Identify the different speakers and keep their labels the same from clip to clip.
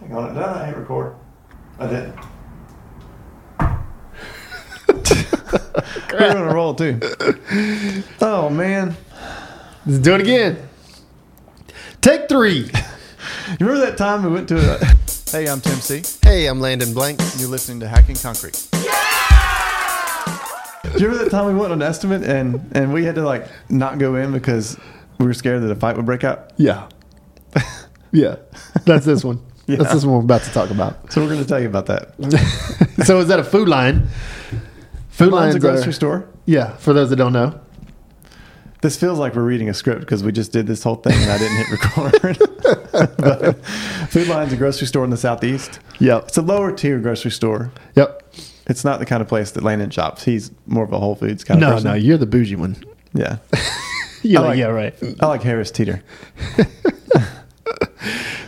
Speaker 1: Hang on, did I hit record? I didn't. We're on a roll too. Oh man,
Speaker 2: Let's do it again. Take three.
Speaker 1: you remember that time we went to a? Hey, I'm Tim C.
Speaker 2: Hey, I'm Landon Blank.
Speaker 1: You're listening to Hacking Concrete. Do you remember that time we went on an estimate and and we had to like not go in because we were scared that a fight would break out?
Speaker 2: Yeah. Yeah. That's this one.
Speaker 1: Yeah.
Speaker 2: That's this one we're about to talk about.
Speaker 1: So we're going to tell you about that.
Speaker 2: so is that a food line? Food
Speaker 1: Mine's a
Speaker 2: lines are-
Speaker 1: grocery store.
Speaker 2: Yeah, for those that don't know.
Speaker 1: This feels like we're reading a script because we just did this whole thing and I didn't hit record. but Food Lion's a grocery store in the southeast.
Speaker 2: Yep.
Speaker 1: It's a lower tier grocery store.
Speaker 2: Yep.
Speaker 1: It's not the kind of place that Landon shops. He's more of a Whole Foods kind
Speaker 2: No,
Speaker 1: of person.
Speaker 2: no, you're the bougie one.
Speaker 1: Yeah.
Speaker 2: You're
Speaker 1: I
Speaker 2: like,
Speaker 1: like-
Speaker 2: yeah, right.
Speaker 1: I like Harris Teeter.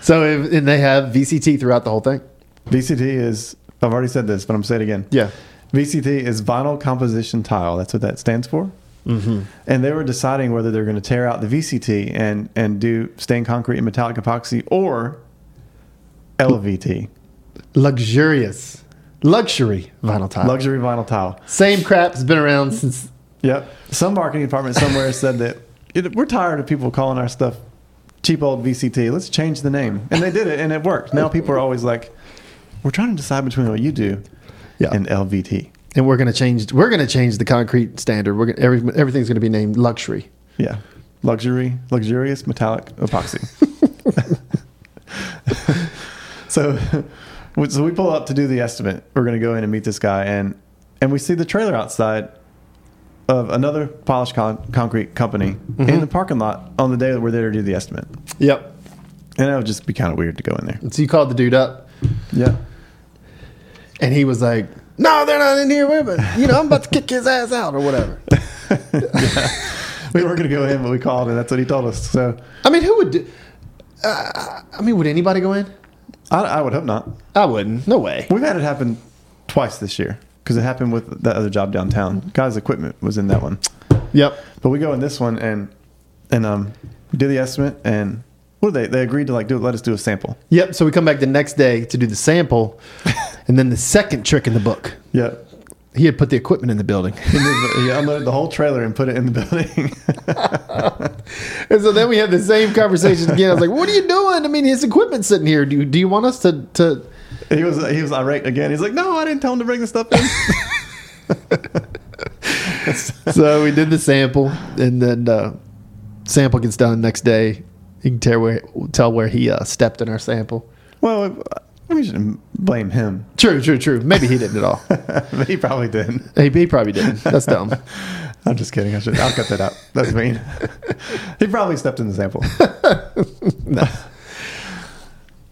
Speaker 2: So if, and they have VCT throughout the whole thing.
Speaker 1: VCT is, I've already said this, but I'm going to say it again.
Speaker 2: Yeah.
Speaker 1: VCT is vinyl composition tile. That's what that stands for.
Speaker 2: Mm-hmm.
Speaker 1: And they were deciding whether they're going to tear out the VCT and, and do stained concrete and metallic epoxy or LVT,
Speaker 2: Luxurious. Luxury vinyl tile.
Speaker 1: luxury vinyl tile.
Speaker 2: Same crap's been around since
Speaker 1: Yep. Some marketing department somewhere said that "It- we're tired of people calling our stuff cheap old VCT. Let's change the name. And they did it and it worked. Now people are always like, we're trying to decide between what you do
Speaker 2: Yeah.
Speaker 1: and LVT.
Speaker 2: and we're gonna change. We're gonna change the concrete standard. We're gonna, every, everything's gonna be named luxury.
Speaker 1: Yeah. Luxury, luxurious metallic epoxy. so, so we pull up to do the estimate. We're going to go in and meet this guy, and and we see the trailer outside of another polished con- concrete company in the parking lot on the day that we're there to do the estimate.
Speaker 2: Yep.
Speaker 1: And that would just be kind of weird to go in there.
Speaker 2: And so you called the dude up,
Speaker 1: Yeah.
Speaker 2: and he was like, "No, they're not in here. Wait a minute. You know, I'm about to kick his ass out or whatever."
Speaker 1: We were going to go in, but we called, and that's what he told us. So
Speaker 2: I mean, who would? Do, uh, I mean, would anybody go in?
Speaker 1: I, I would hope not.
Speaker 2: I wouldn't. No way.
Speaker 1: We've had it happen twice this year because it happened with that other job downtown. Guy's equipment was in that one.
Speaker 2: Yep.
Speaker 1: But we go in this one and and um we do the estimate and what did they they agreed to like do let us do a sample.
Speaker 2: Yep. So we come back the next day to do the sample, and then the second trick in the book.
Speaker 1: Yeah.
Speaker 2: He had put the equipment in the building,
Speaker 1: He moved- he unloaded the whole trailer and put it in the building.
Speaker 2: and so then we had the same conversation again. I was like, "What are you doing? I mean, his equipment's sitting here. Do you, do you want us to to?"
Speaker 1: he was he was irate again. He's like, "No, I didn't tell him to bring the stuff in."
Speaker 2: so we did the sample, and then uh, sample gets done next day. You can tell where tell where he uh, stepped in our sample.
Speaker 1: well, we shouldn't blame him.
Speaker 2: True, true, true. Maybe he didn't at all. Um,
Speaker 1: he probably did.
Speaker 2: he, he probably didn't. That's dumb.
Speaker 1: I'm just kidding. I should. I'll cut that out. That's mean. he probably stepped in the sample.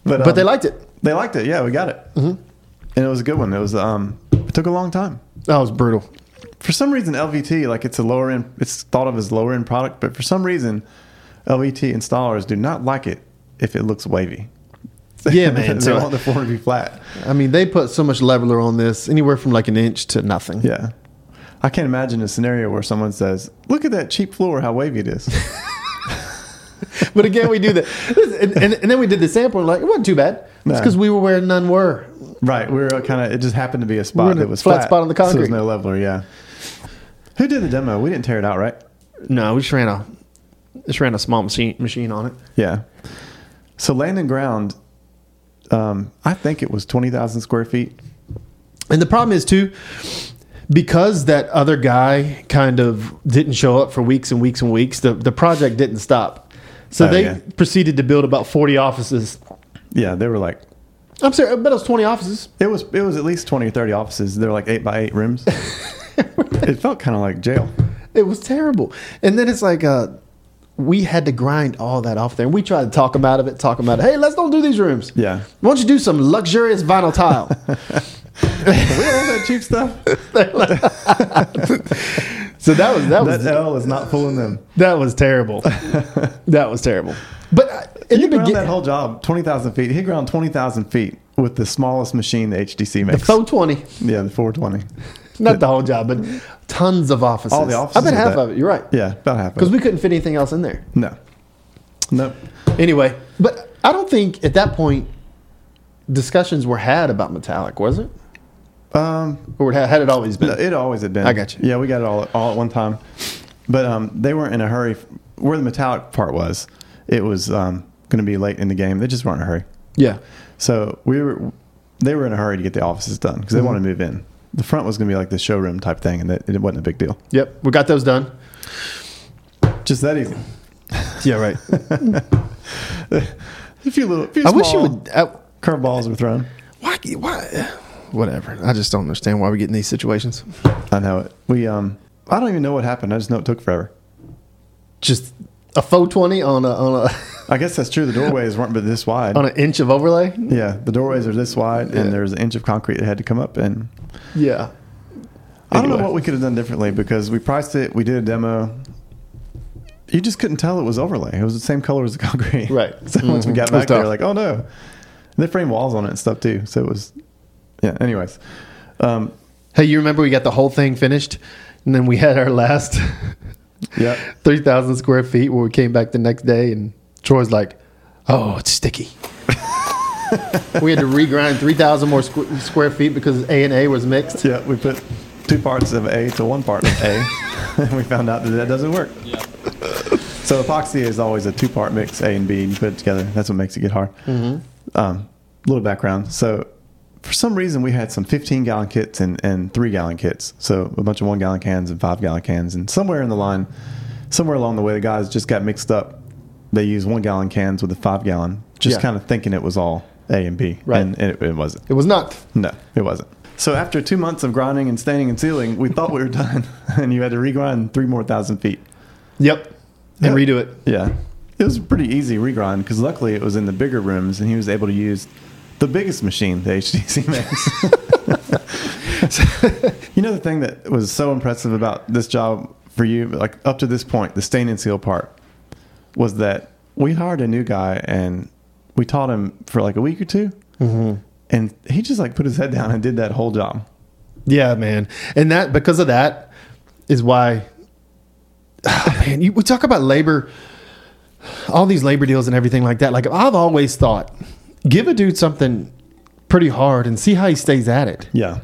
Speaker 1: But,
Speaker 2: But they
Speaker 1: um,
Speaker 2: liked it. Mm-hmm.
Speaker 1: they liked it. Yeah, we got it, and it was a good one. It was um, it took a long time.
Speaker 2: That was brutal.
Speaker 1: for some reason LVT like it's a lower end it's thought of as lower end product but for some reason LVT installers do not like it if it looks wavy
Speaker 2: Yeah, man.
Speaker 1: they
Speaker 2: So-
Speaker 1: want the floor to be flat
Speaker 2: I mean, they put so much leveler on this, anywhere from like an inch to nothing.
Speaker 1: yeah I can't imagine a scenario where someone says look at that cheap floor how wavy it is
Speaker 2: But again, we do that, and, and, and then we did the sample. And like, it wasn't too bad. It's
Speaker 1: No.
Speaker 2: because we were where none were.
Speaker 1: right we were kind of it just happened to be a
Speaker 2: We're
Speaker 1: spot
Speaker 2: in a
Speaker 1: that was
Speaker 2: flat
Speaker 1: flat
Speaker 2: spot on the
Speaker 1: so there was
Speaker 2: concrete.
Speaker 1: no leveler yeah who did the demo we didn't tear it out right
Speaker 2: No, we just ran a just ran a small machine machine on it.
Speaker 1: yeah so land and ground um, I think it was 20,000 square feet
Speaker 2: And the problem is too, because that other guy kind of didn't show up for weeks and weeks and weeks, the, the project didn't stop. So
Speaker 1: Oh,
Speaker 2: they
Speaker 1: yeah.
Speaker 2: proceeded to build about 40 offices.
Speaker 1: yeah they were like
Speaker 2: I'm sorry, I bet it was 20 offices.
Speaker 1: It was it was at least twenty or thirty offices. They're like eight by eight rooms. it felt kind of like jail.
Speaker 2: It was terrible. And then it's like, uh, we had to grind all that off there. And we tried to talk them out of it, talk them out of Hey, let's don't do these rooms.
Speaker 1: Yeah.
Speaker 2: Why don't you do some luxurious vinyl tile?
Speaker 1: We had all that cheap stuff.
Speaker 2: so that was, that was,
Speaker 1: That
Speaker 2: that,
Speaker 1: L is not fooling them.
Speaker 2: was terrible. that was terrible. But uh, in
Speaker 1: He
Speaker 2: the
Speaker 1: ground that
Speaker 2: beginning,
Speaker 1: whole job twenty thousand feet. He ground twenty thousand feet with the smallest machine the HTC makes.
Speaker 2: 420.
Speaker 1: yeah, the four twenty.
Speaker 2: Not the whole job, but tons of offices.
Speaker 1: All the offices
Speaker 2: I bet
Speaker 1: are
Speaker 2: half
Speaker 1: that-
Speaker 2: of it. You're right.
Speaker 1: Yeah, about half.
Speaker 2: Because
Speaker 1: Of it.
Speaker 2: we couldn't fit anything else in there.
Speaker 1: No, no.
Speaker 2: Anyway, but I don't think at that point discussions were had about metallic, was it?
Speaker 1: Um,
Speaker 2: Or had had it always been?
Speaker 1: no, it always had been.
Speaker 2: I got you.
Speaker 1: Yeah, we got it all all at one time, but um, they weren't in a hurry. Where the metallic part was, it was um, going to be late in the game. They just weren't in a hurry.
Speaker 2: yeah.
Speaker 1: So we were, they were in a hurry to get the offices done because they
Speaker 2: Mm-hmm.
Speaker 1: wanted to move in. The front was going to be like the showroom type thing, and that, it wasn't a big deal.
Speaker 2: Yep. We got those done.
Speaker 1: Just that easy.
Speaker 2: Yeah, right.
Speaker 1: A few little. Few
Speaker 2: I wish you
Speaker 1: small
Speaker 2: would. I,
Speaker 1: Curveballs were thrown.
Speaker 2: why? Why? Whatever. I just don't understand why we get in these situations.
Speaker 1: I know it. We um. I don't even know what happened. I just know it took forever.
Speaker 2: Just a faux twenty on a on a
Speaker 1: I guess that's true. The doorways weren't but this wide.
Speaker 2: on an inch of overlay.
Speaker 1: Yeah, the doorways are this wide,
Speaker 2: Yeah.
Speaker 1: and there's an inch of concrete that had to come up. And
Speaker 2: Yeah.
Speaker 1: I don't know
Speaker 2: Anyway.
Speaker 1: what we could have done differently because we priced it, we did a demo. You just couldn't tell it was overlay. It was the same color as the concrete.
Speaker 2: Right. Mm-hmm.
Speaker 1: So once we got
Speaker 2: It was
Speaker 1: back there,
Speaker 2: tough.
Speaker 1: like, oh no, and they framed walls on it and stuff too. So it was, yeah. Anyways, um,
Speaker 2: Hey, you remember we got the whole thing finished, and then we had our last
Speaker 1: yeah.
Speaker 2: three thousand square feet where we came back the next day, and Troy's like, "Oh, it's sticky." we had to regrind three thousand more squ- square feet because A and A was mixed.
Speaker 1: Yeah, we put two parts of A to one part of A, and we found out that that doesn't work. Yeah. so epoxy is always a two-part mix, A and B, and you put it together. That's what makes it get hard. Mm-hmm. Um, little background. So for some reason, we had some 15-gallon kits and, and three-gallon kits. So a bunch of one-gallon cans and five-gallon cans, and somewhere in the line, somewhere along the way, the guys just got mixed up. They used one-gallon cans with the five-gallon, just
Speaker 2: Yeah.
Speaker 1: kind of thinking it was all A and B,
Speaker 2: Right.
Speaker 1: and it, it wasn't.
Speaker 2: It was not.
Speaker 1: No, it wasn't. So after two months of grinding and staining and sealing, we thought we were done, and you had to regrind three more thousand feet.
Speaker 2: Yep. And
Speaker 1: Yeah.
Speaker 2: redo it.
Speaker 1: Yeah, it was a pretty easy regrind because luckily it was in the bigger rooms, and he was able to use the biggest machine, the HTC Max. you know the thing that was so impressive about this job for you, like up to this point, the stain and seal part, was that we hired a new guy and we taught him for like a week or 2 and he just like put his head down and did that whole job.
Speaker 2: Yeah, man. And that because of that is why oh, man, you, we talk about labor all these labor deals and everything like that. Like I've always thought, give a dude something pretty hard and see how he stays at it.
Speaker 1: Yeah.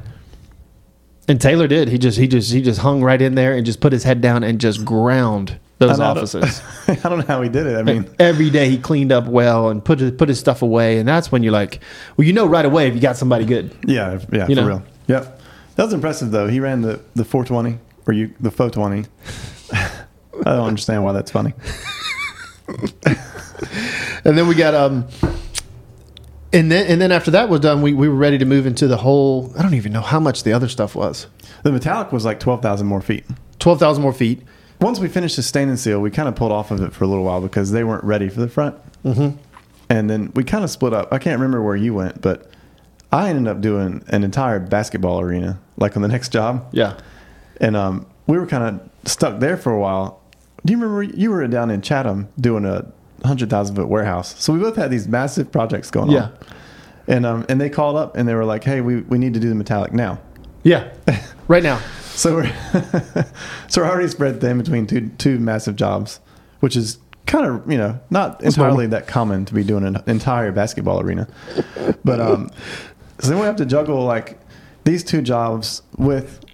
Speaker 2: And Taylor did. He just he just he just hung right in there and just put his head down and just ground those
Speaker 1: And I don't-
Speaker 2: offices.
Speaker 1: I don't know how he did it. I mean,
Speaker 2: Every day he cleaned up well and put his, put his stuff away, and that's when you're like, well, you know right away if you got somebody good.
Speaker 1: yeah, yeah,
Speaker 2: You
Speaker 1: for
Speaker 2: know.
Speaker 1: real. Yep. That was impressive though. He ran the the 420 or you the 420. I don't understand why that's funny.
Speaker 2: And then we got um and then and then after that was done, we, we were ready to move into the whole I don't even know how much the other stuff was.
Speaker 1: The metallic was like 12,000 more feet.
Speaker 2: Twelve thousand more feet.
Speaker 1: Once we finished the stain and seal, we kind of pulled off of it for a little while because they weren't ready for the front. Mm-hmm. And then we kind of split up. I can't remember where you went, but I ended up doing an entire basketball arena, like on the next job.
Speaker 2: Yeah.
Speaker 1: and um, we were kind of stuck there for a while. Do you remember you were down in Chatham doing a hundred thousand foot warehouse? So we both had these massive projects going
Speaker 2: Yeah.
Speaker 1: on. And um, and they called up and they were like, "Hey, we, we need to do the metallic now."
Speaker 2: Yeah. right now.
Speaker 1: So we're so we're already spread thin between two two massive jobs, which is kind of you know not entirely that common to be doing an entire basketball arena. But um, so then we have to juggle like these two jobs with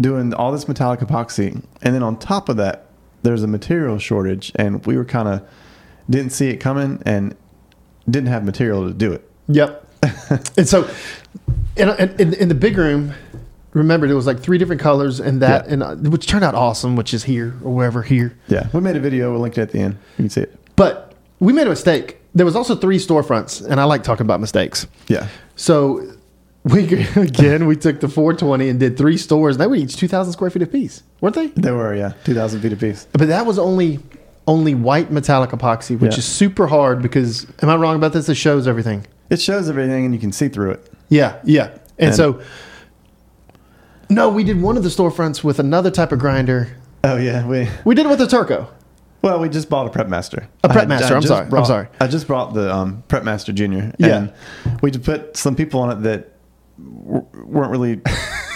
Speaker 1: doing all this metallic epoxy, and then on top of that, there's a material shortage, and we were kind of didn't see it coming and didn't have material to do it.
Speaker 2: Yep. and so and, and in, in the big room, remember there was like three different colors and that
Speaker 1: Yeah.
Speaker 2: and uh, which turned out awesome, which is here or wherever here.
Speaker 1: Yeah, we made a video. We'll link it at the end. You can see it.
Speaker 2: But we made a mistake. There was also three storefronts, and I like talking about mistakes.
Speaker 1: Yeah,
Speaker 2: So we again we took the 420 and did three stores. They were each 2,000 square feet apiece, weren't they?
Speaker 1: they were yeah two thousand feet apiece.
Speaker 2: But that was only only white metallic epoxy, which
Speaker 1: Yeah.
Speaker 2: is super hard because am I wrong about this? It shows everything.
Speaker 1: It shows everything, and you can see through it.
Speaker 2: Yeah, yeah. And,
Speaker 1: And-
Speaker 2: so no, we did one of the storefronts with another type of grinder.
Speaker 1: Oh yeah, we
Speaker 2: We did it with a Turco.
Speaker 1: well we just bought a prep master.
Speaker 2: A
Speaker 1: I
Speaker 2: Prep
Speaker 1: had-
Speaker 2: Master,
Speaker 1: I
Speaker 2: I'm
Speaker 1: just
Speaker 2: sorry, I'm
Speaker 1: brought-
Speaker 2: sorry.
Speaker 1: I just brought the um, prep master junior.
Speaker 2: Yeah.
Speaker 1: and we just put some people on it that w- weren't really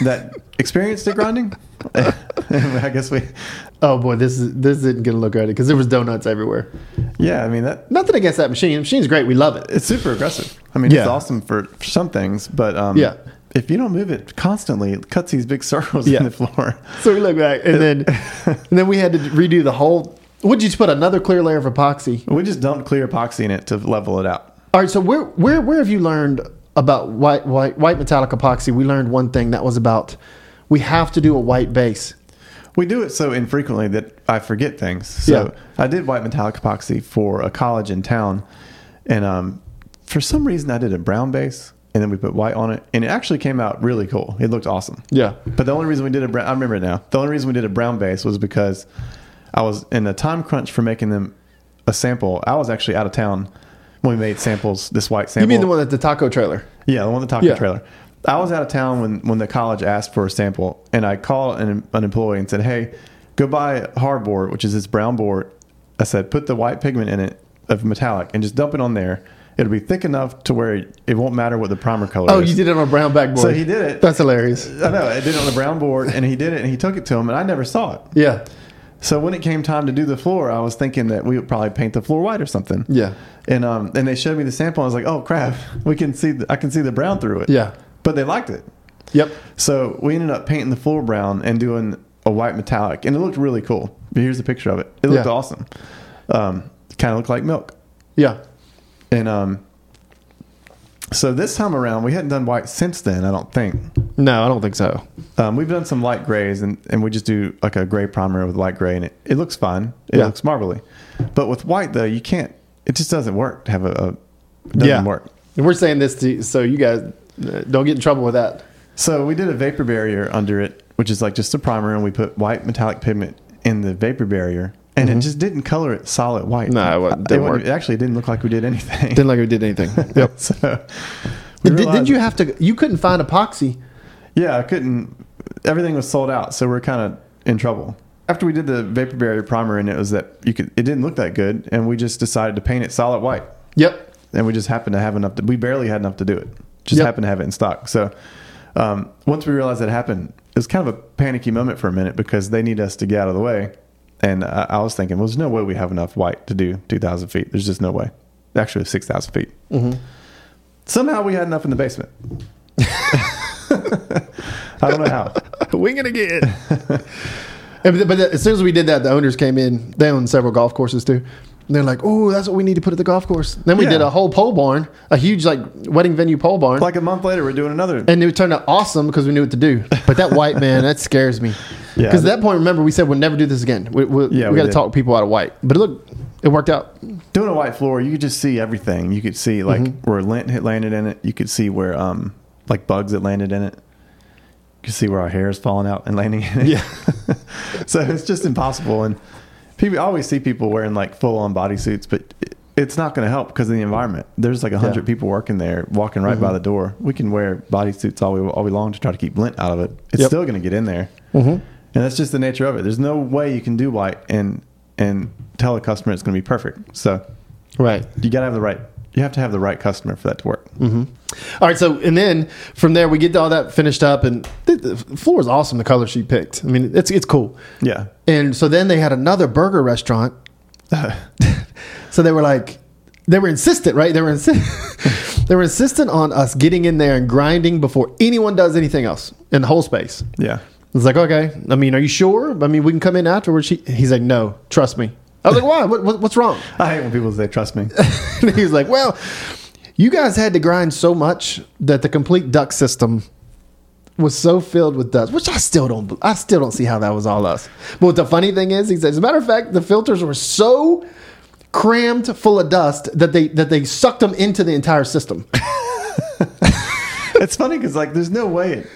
Speaker 1: that experienced at grinding. And I guess we
Speaker 2: Oh boy, this is this isn't gonna look right because there was donuts everywhere.
Speaker 1: Yeah, I mean that
Speaker 2: Nothing against that machine. The machine's great. We love it.
Speaker 1: it's super aggressive. I mean, it's
Speaker 2: Yeah.
Speaker 1: awesome for, for some things, but um,
Speaker 2: Yeah.
Speaker 1: if you don't move it constantly, it cuts these big circles
Speaker 2: Yeah.
Speaker 1: in the floor.
Speaker 2: So we look back, and then and then we had to redo the whole. Would you just put another clear layer of epoxy?
Speaker 1: We just dumped clear epoxy in it to level it out.
Speaker 2: All right. So where where where have you learned about white white white metallic epoxy? We learned one thing that was about we have to do a white base.
Speaker 1: We do it so infrequently that I forget things. So I did white metallic epoxy for a college in town, and um, for some reason I did a brown base, and then we put white on it, and it actually came out really cool. It looked awesome.
Speaker 2: Yeah.
Speaker 1: But the only reason we did a brown, I remember it now. The only reason we did a brown base was because I was in a time crunch for making them a sample. I was actually out of town when we made samples. This white sample.
Speaker 2: You mean the one at the taco trailer?
Speaker 1: Yeah, the one with the taco
Speaker 2: Yeah.
Speaker 1: trailer. I was out of town when, when the college asked for a sample, and I called an, an employee and said, "Hey, go buy hardboard, which is this brown board." I said, "Put the white pigment in it of metallic, and just dump it on there. It'll be thick enough to where it, it won't matter what the primer color
Speaker 2: Oh,
Speaker 1: is."
Speaker 2: you did it on a brown backboard.
Speaker 1: So he did it.
Speaker 2: That's hilarious.
Speaker 1: I know. I did it on the brown board, and he did it, and he took it to him, and I never saw it.
Speaker 2: Yeah.
Speaker 1: So when it came time to do the floor, I was thinking that we would probably paint the floor white or something.
Speaker 2: Yeah.
Speaker 1: And um, and they showed me the sample. And I was like, "Oh crap, we can see. The, I can see the brown through it."
Speaker 2: Yeah.
Speaker 1: But they liked it.
Speaker 2: Yep.
Speaker 1: So we ended up painting the floor brown and doing a white metallic, and it looked really cool. But here's a picture of it. It looked
Speaker 2: Yeah.
Speaker 1: awesome. Um, kind of looked like milk.
Speaker 2: Yeah.
Speaker 1: And um, so this time around, we hadn't done white since then. I don't think
Speaker 2: No, I don't think so.
Speaker 1: um, we've done some light grays, and, and we just do like a gray primer with light gray, and it, it looks fine. It
Speaker 2: Yeah.
Speaker 1: looks marbly. But with white though, you can't. It just doesn't work. To have a, a it doesn't
Speaker 2: Yeah.
Speaker 1: work.
Speaker 2: And we're saying this to so you guys uh, don't get in trouble with that.
Speaker 1: So we did a vapor barrier under it, which is like just a primer, and we put white metallic pigment in the vapor barrier, and it just didn't color it solid white.
Speaker 2: No, Mm-hmm. it wa- didn't
Speaker 1: wa-
Speaker 2: work.
Speaker 1: It actually didn't look like we did anything.
Speaker 2: Didn't like we did anything. Yep.
Speaker 1: so we
Speaker 2: did,
Speaker 1: realized-
Speaker 2: did you have to? You couldn't find epoxy.
Speaker 1: Yeah, I couldn't. Everything was sold out, so we're kind of in trouble. After we did the vapor barrier primer, and it was that you could, it didn't look that good, and we just decided to paint it solid white,
Speaker 2: Yep.
Speaker 1: and we just happened to have enough. To, we barely had enough to do it. Just
Speaker 2: Yep.
Speaker 1: happened to have it in stock. So um, once we realized that happened, it was kind of a panicky moment for a minute because they need us to get out of the way, and I, I was thinking, well, there's no way we have enough white to do 2,000 feet. There's just no way. Actually, 6,000 feet. Somehow we had enough in the basement. I don't know how.
Speaker 2: Winging again. and, but as soon as we did that, the owners came in. They own several golf courses too. And they're like, "Oh, that's what we need to put at the golf course." Then we
Speaker 1: Yeah.
Speaker 2: did a whole pole barn, a huge like wedding venue pole barn,
Speaker 1: Like a month later, we're doing another.
Speaker 2: and it turned out awesome because we knew what to do. But that white man, that scares me.
Speaker 1: Yeah.
Speaker 2: Because at that point, remember we said we'll never do this again. We, we,
Speaker 1: Yeah,
Speaker 2: we
Speaker 1: we
Speaker 2: got to
Speaker 1: did.
Speaker 2: talk people out of white. But look, it worked out.
Speaker 1: doing a white floor, you could just see everything. You could see like where lint had landed in it. You could see where um like bugs had landed in it. You could see where our hair is falling out and landing in it.
Speaker 2: Yeah.
Speaker 1: so it's just impossible. And people I always see people wearing like full on bodysuits, but it, it's not going to help because of the environment. There's like a hundred
Speaker 2: Yeah. Mm-hmm.
Speaker 1: people working there, walking right by the door. We can wear bodysuits all we all we long to try to keep lint out of it. It's
Speaker 2: Yep. Mm-hmm.
Speaker 1: still going to get in there. And that's just the nature of it. There's no way you can do white and and tell a customer it's going to be perfect. So
Speaker 2: Right.
Speaker 1: you gotta have the right. You have to have the right customer for that to work.
Speaker 2: Mm-hmm. All right, so and then from there we get all that finished up, and the, the floor is awesome. The color she picked, I mean, it's it's cool.
Speaker 1: Yeah.
Speaker 2: And so then they had another burger restaurant. so they were like, they were insistent, right? They were insist- they were insistent on us getting in there and grinding before anyone does anything else in the whole space.
Speaker 1: Yeah.
Speaker 2: It's like, okay, I mean, are you sure? I mean, we can come in afterwards. She, he's like, no, trust me. I was like, why? What, what, what's wrong?
Speaker 1: I hate when people say, "Trust me."
Speaker 2: and he was like, "Well, you guys had to grind so much that the complete duct system was so filled with dust, which I still don't, I still don't see how that was all us." But what the funny thing is, he said, as a matter of fact, the filters were so crammed full of dust that they that they sucked them into the entire system.
Speaker 1: it's funny because like, there's no way.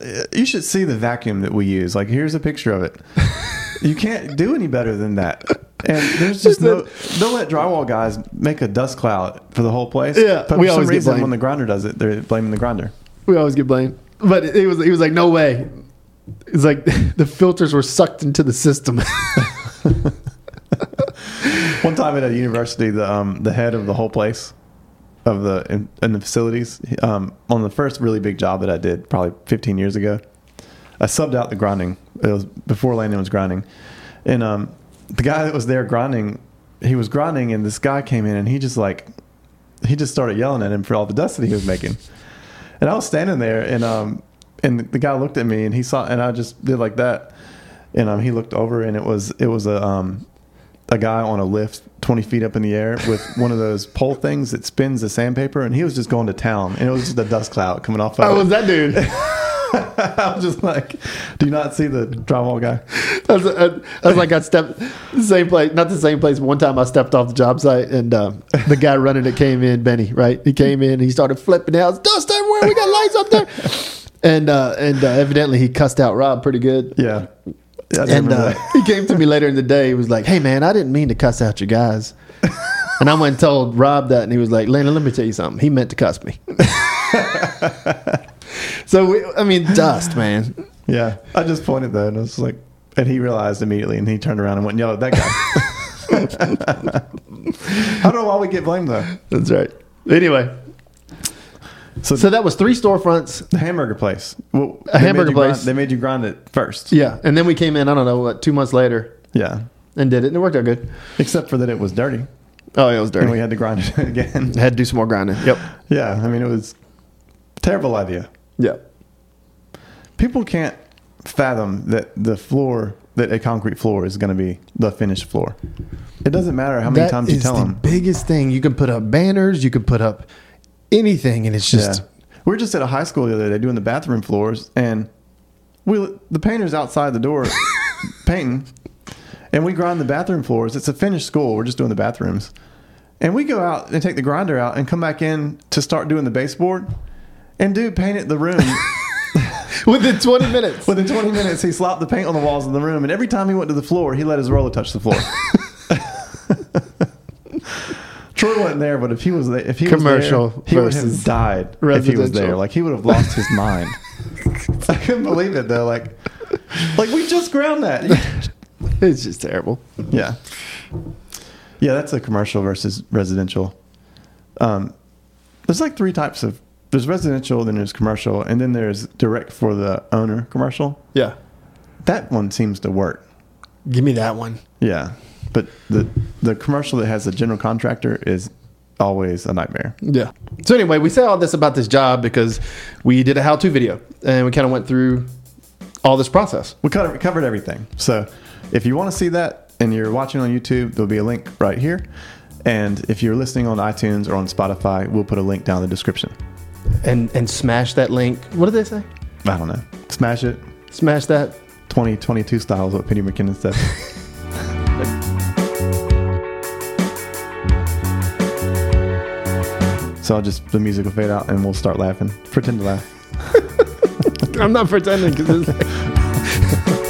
Speaker 1: It, you should see the vacuum that we use. Like, here's a picture of it. you can't do any better than that. And there's just no. They'll let drywall guys make a dust cloud for the whole place.
Speaker 2: Yeah,
Speaker 1: But
Speaker 2: we
Speaker 1: for some
Speaker 2: always get
Speaker 1: reason,
Speaker 2: blamed.
Speaker 1: when the grinder does it, they're blaming the grinder.
Speaker 2: we always get blamed, but it was he was like, "No way." It's like the filters were sucked into the system.
Speaker 1: One time at a university, the um, the head of the whole place of the in, in the facilities um, on the first really big job that I did, probably 15 years ago, I subbed out the grinding it was before Landon was grinding, and um, the guy that was there grinding, he was grinding, and this guy came in and he just like, he just started yelling at him for all the dust that he was making, and I was standing there and um, and the guy looked at me and he saw and I just did like that, and um, he looked over and it was it was a um, a guy on a lift 20 feet up in the air with one of those pole things that spins the sandpaper and he was just going to town and it was just a dust cloud coming off of
Speaker 2: Oh,
Speaker 1: it.
Speaker 2: was that dude? I
Speaker 1: I was just like, do you not see the drywall guy?
Speaker 2: was, I, uh, I was like, I stepped the same place, not the same place. One time I stepped off the job site and um, the guy running it came in, Benny, right? He came in and he started flipping out. "It's Dust everywhere. We got lights up there. And, uh, and uh, evidently he cussed out Rob pretty good.
Speaker 1: Yeah. yeah I do
Speaker 2: And
Speaker 1: remember
Speaker 2: uh,
Speaker 1: that.
Speaker 2: he came to me later in the day. He was like, "Hey, man, I didn't mean to cuss out you guys." and I went and told Rob that, and he was like, "Landon, let me tell you something. He meant to cuss me." so we, I mean, dust, man.
Speaker 1: Yeah. I just pointed though and I was like, and he realized immediately and he turned around and went and yelled at that guy. I don't know why we get blamed though.
Speaker 2: That's right. Anyway,
Speaker 1: So,
Speaker 2: so that was three storefronts.
Speaker 1: the hamburger place. Well, they
Speaker 2: A
Speaker 1: made
Speaker 2: hamburger
Speaker 1: you grind-
Speaker 2: place.
Speaker 1: they made you grind it first.
Speaker 2: Yeah, and then we came in. I don't know what two months later
Speaker 1: Yeah.
Speaker 2: and did it, and it worked out good.
Speaker 1: Except for that it was dirty
Speaker 2: Oh, it was dirty.
Speaker 1: and we had to grind it again.
Speaker 2: had to do some more grinding. Yep.
Speaker 1: Yeah. I mean, it was a terrible idea.
Speaker 2: Yep.
Speaker 1: people can't fathom that the floor that a concrete floor is going to be the finished floor it doesn't matter how many
Speaker 2: That
Speaker 1: times you
Speaker 2: is
Speaker 1: tell
Speaker 2: the
Speaker 1: them
Speaker 2: biggest thing. You can put up banners. You can put up anything, and it's just.
Speaker 1: yeah. we were just at a high school the other day doing the bathroom floors and we the painter's outside the door painting and we grind the bathroom floors it's a finished school we're just doing the bathrooms and we go out and take the grinder out and come back in to start doing the baseboard and dude painted the room
Speaker 2: Within 20 minutes.
Speaker 1: Within 20 minutes, he slopped the paint on the walls of the room, and every time he went to the floor, he let his roller touch the floor. Troy wasn't there, but if he was there, if he
Speaker 2: Commercial
Speaker 1: was there, he would
Speaker 2: versus
Speaker 1: have died if he was there.
Speaker 2: residential.
Speaker 1: Like he would have lost his mind. I couldn't believe it though. Like, like we just ground that.
Speaker 2: It's just terrible.
Speaker 1: Yeah, yeah. That's a commercial versus residential. Um, there's like three types of. There's residential, then there's commercial, and then there's direct for the owner commercial.
Speaker 2: Yeah.
Speaker 1: That one seems to work.
Speaker 2: Give me that one.
Speaker 1: Yeah, but the the commercial that has a general contractor is always a nightmare.
Speaker 2: Yeah. So anyway, we say all this about this job because we did a how-to video and we kind of went through all this process.
Speaker 1: We covered, covered everything. So if you want to see that and you're watching on YouTube, there'll be a link right here. And if you're listening on iTunes or on Spotify, we'll put a link down in the description.
Speaker 2: And and smash that link. What did they say?
Speaker 1: I don't know. Smash it.
Speaker 2: Smash that.
Speaker 1: 2022 style is what Penny McKinnon said. so I'll just, the music will fade out and we'll start laughing. Pretend to laugh.
Speaker 2: I'm not pretending because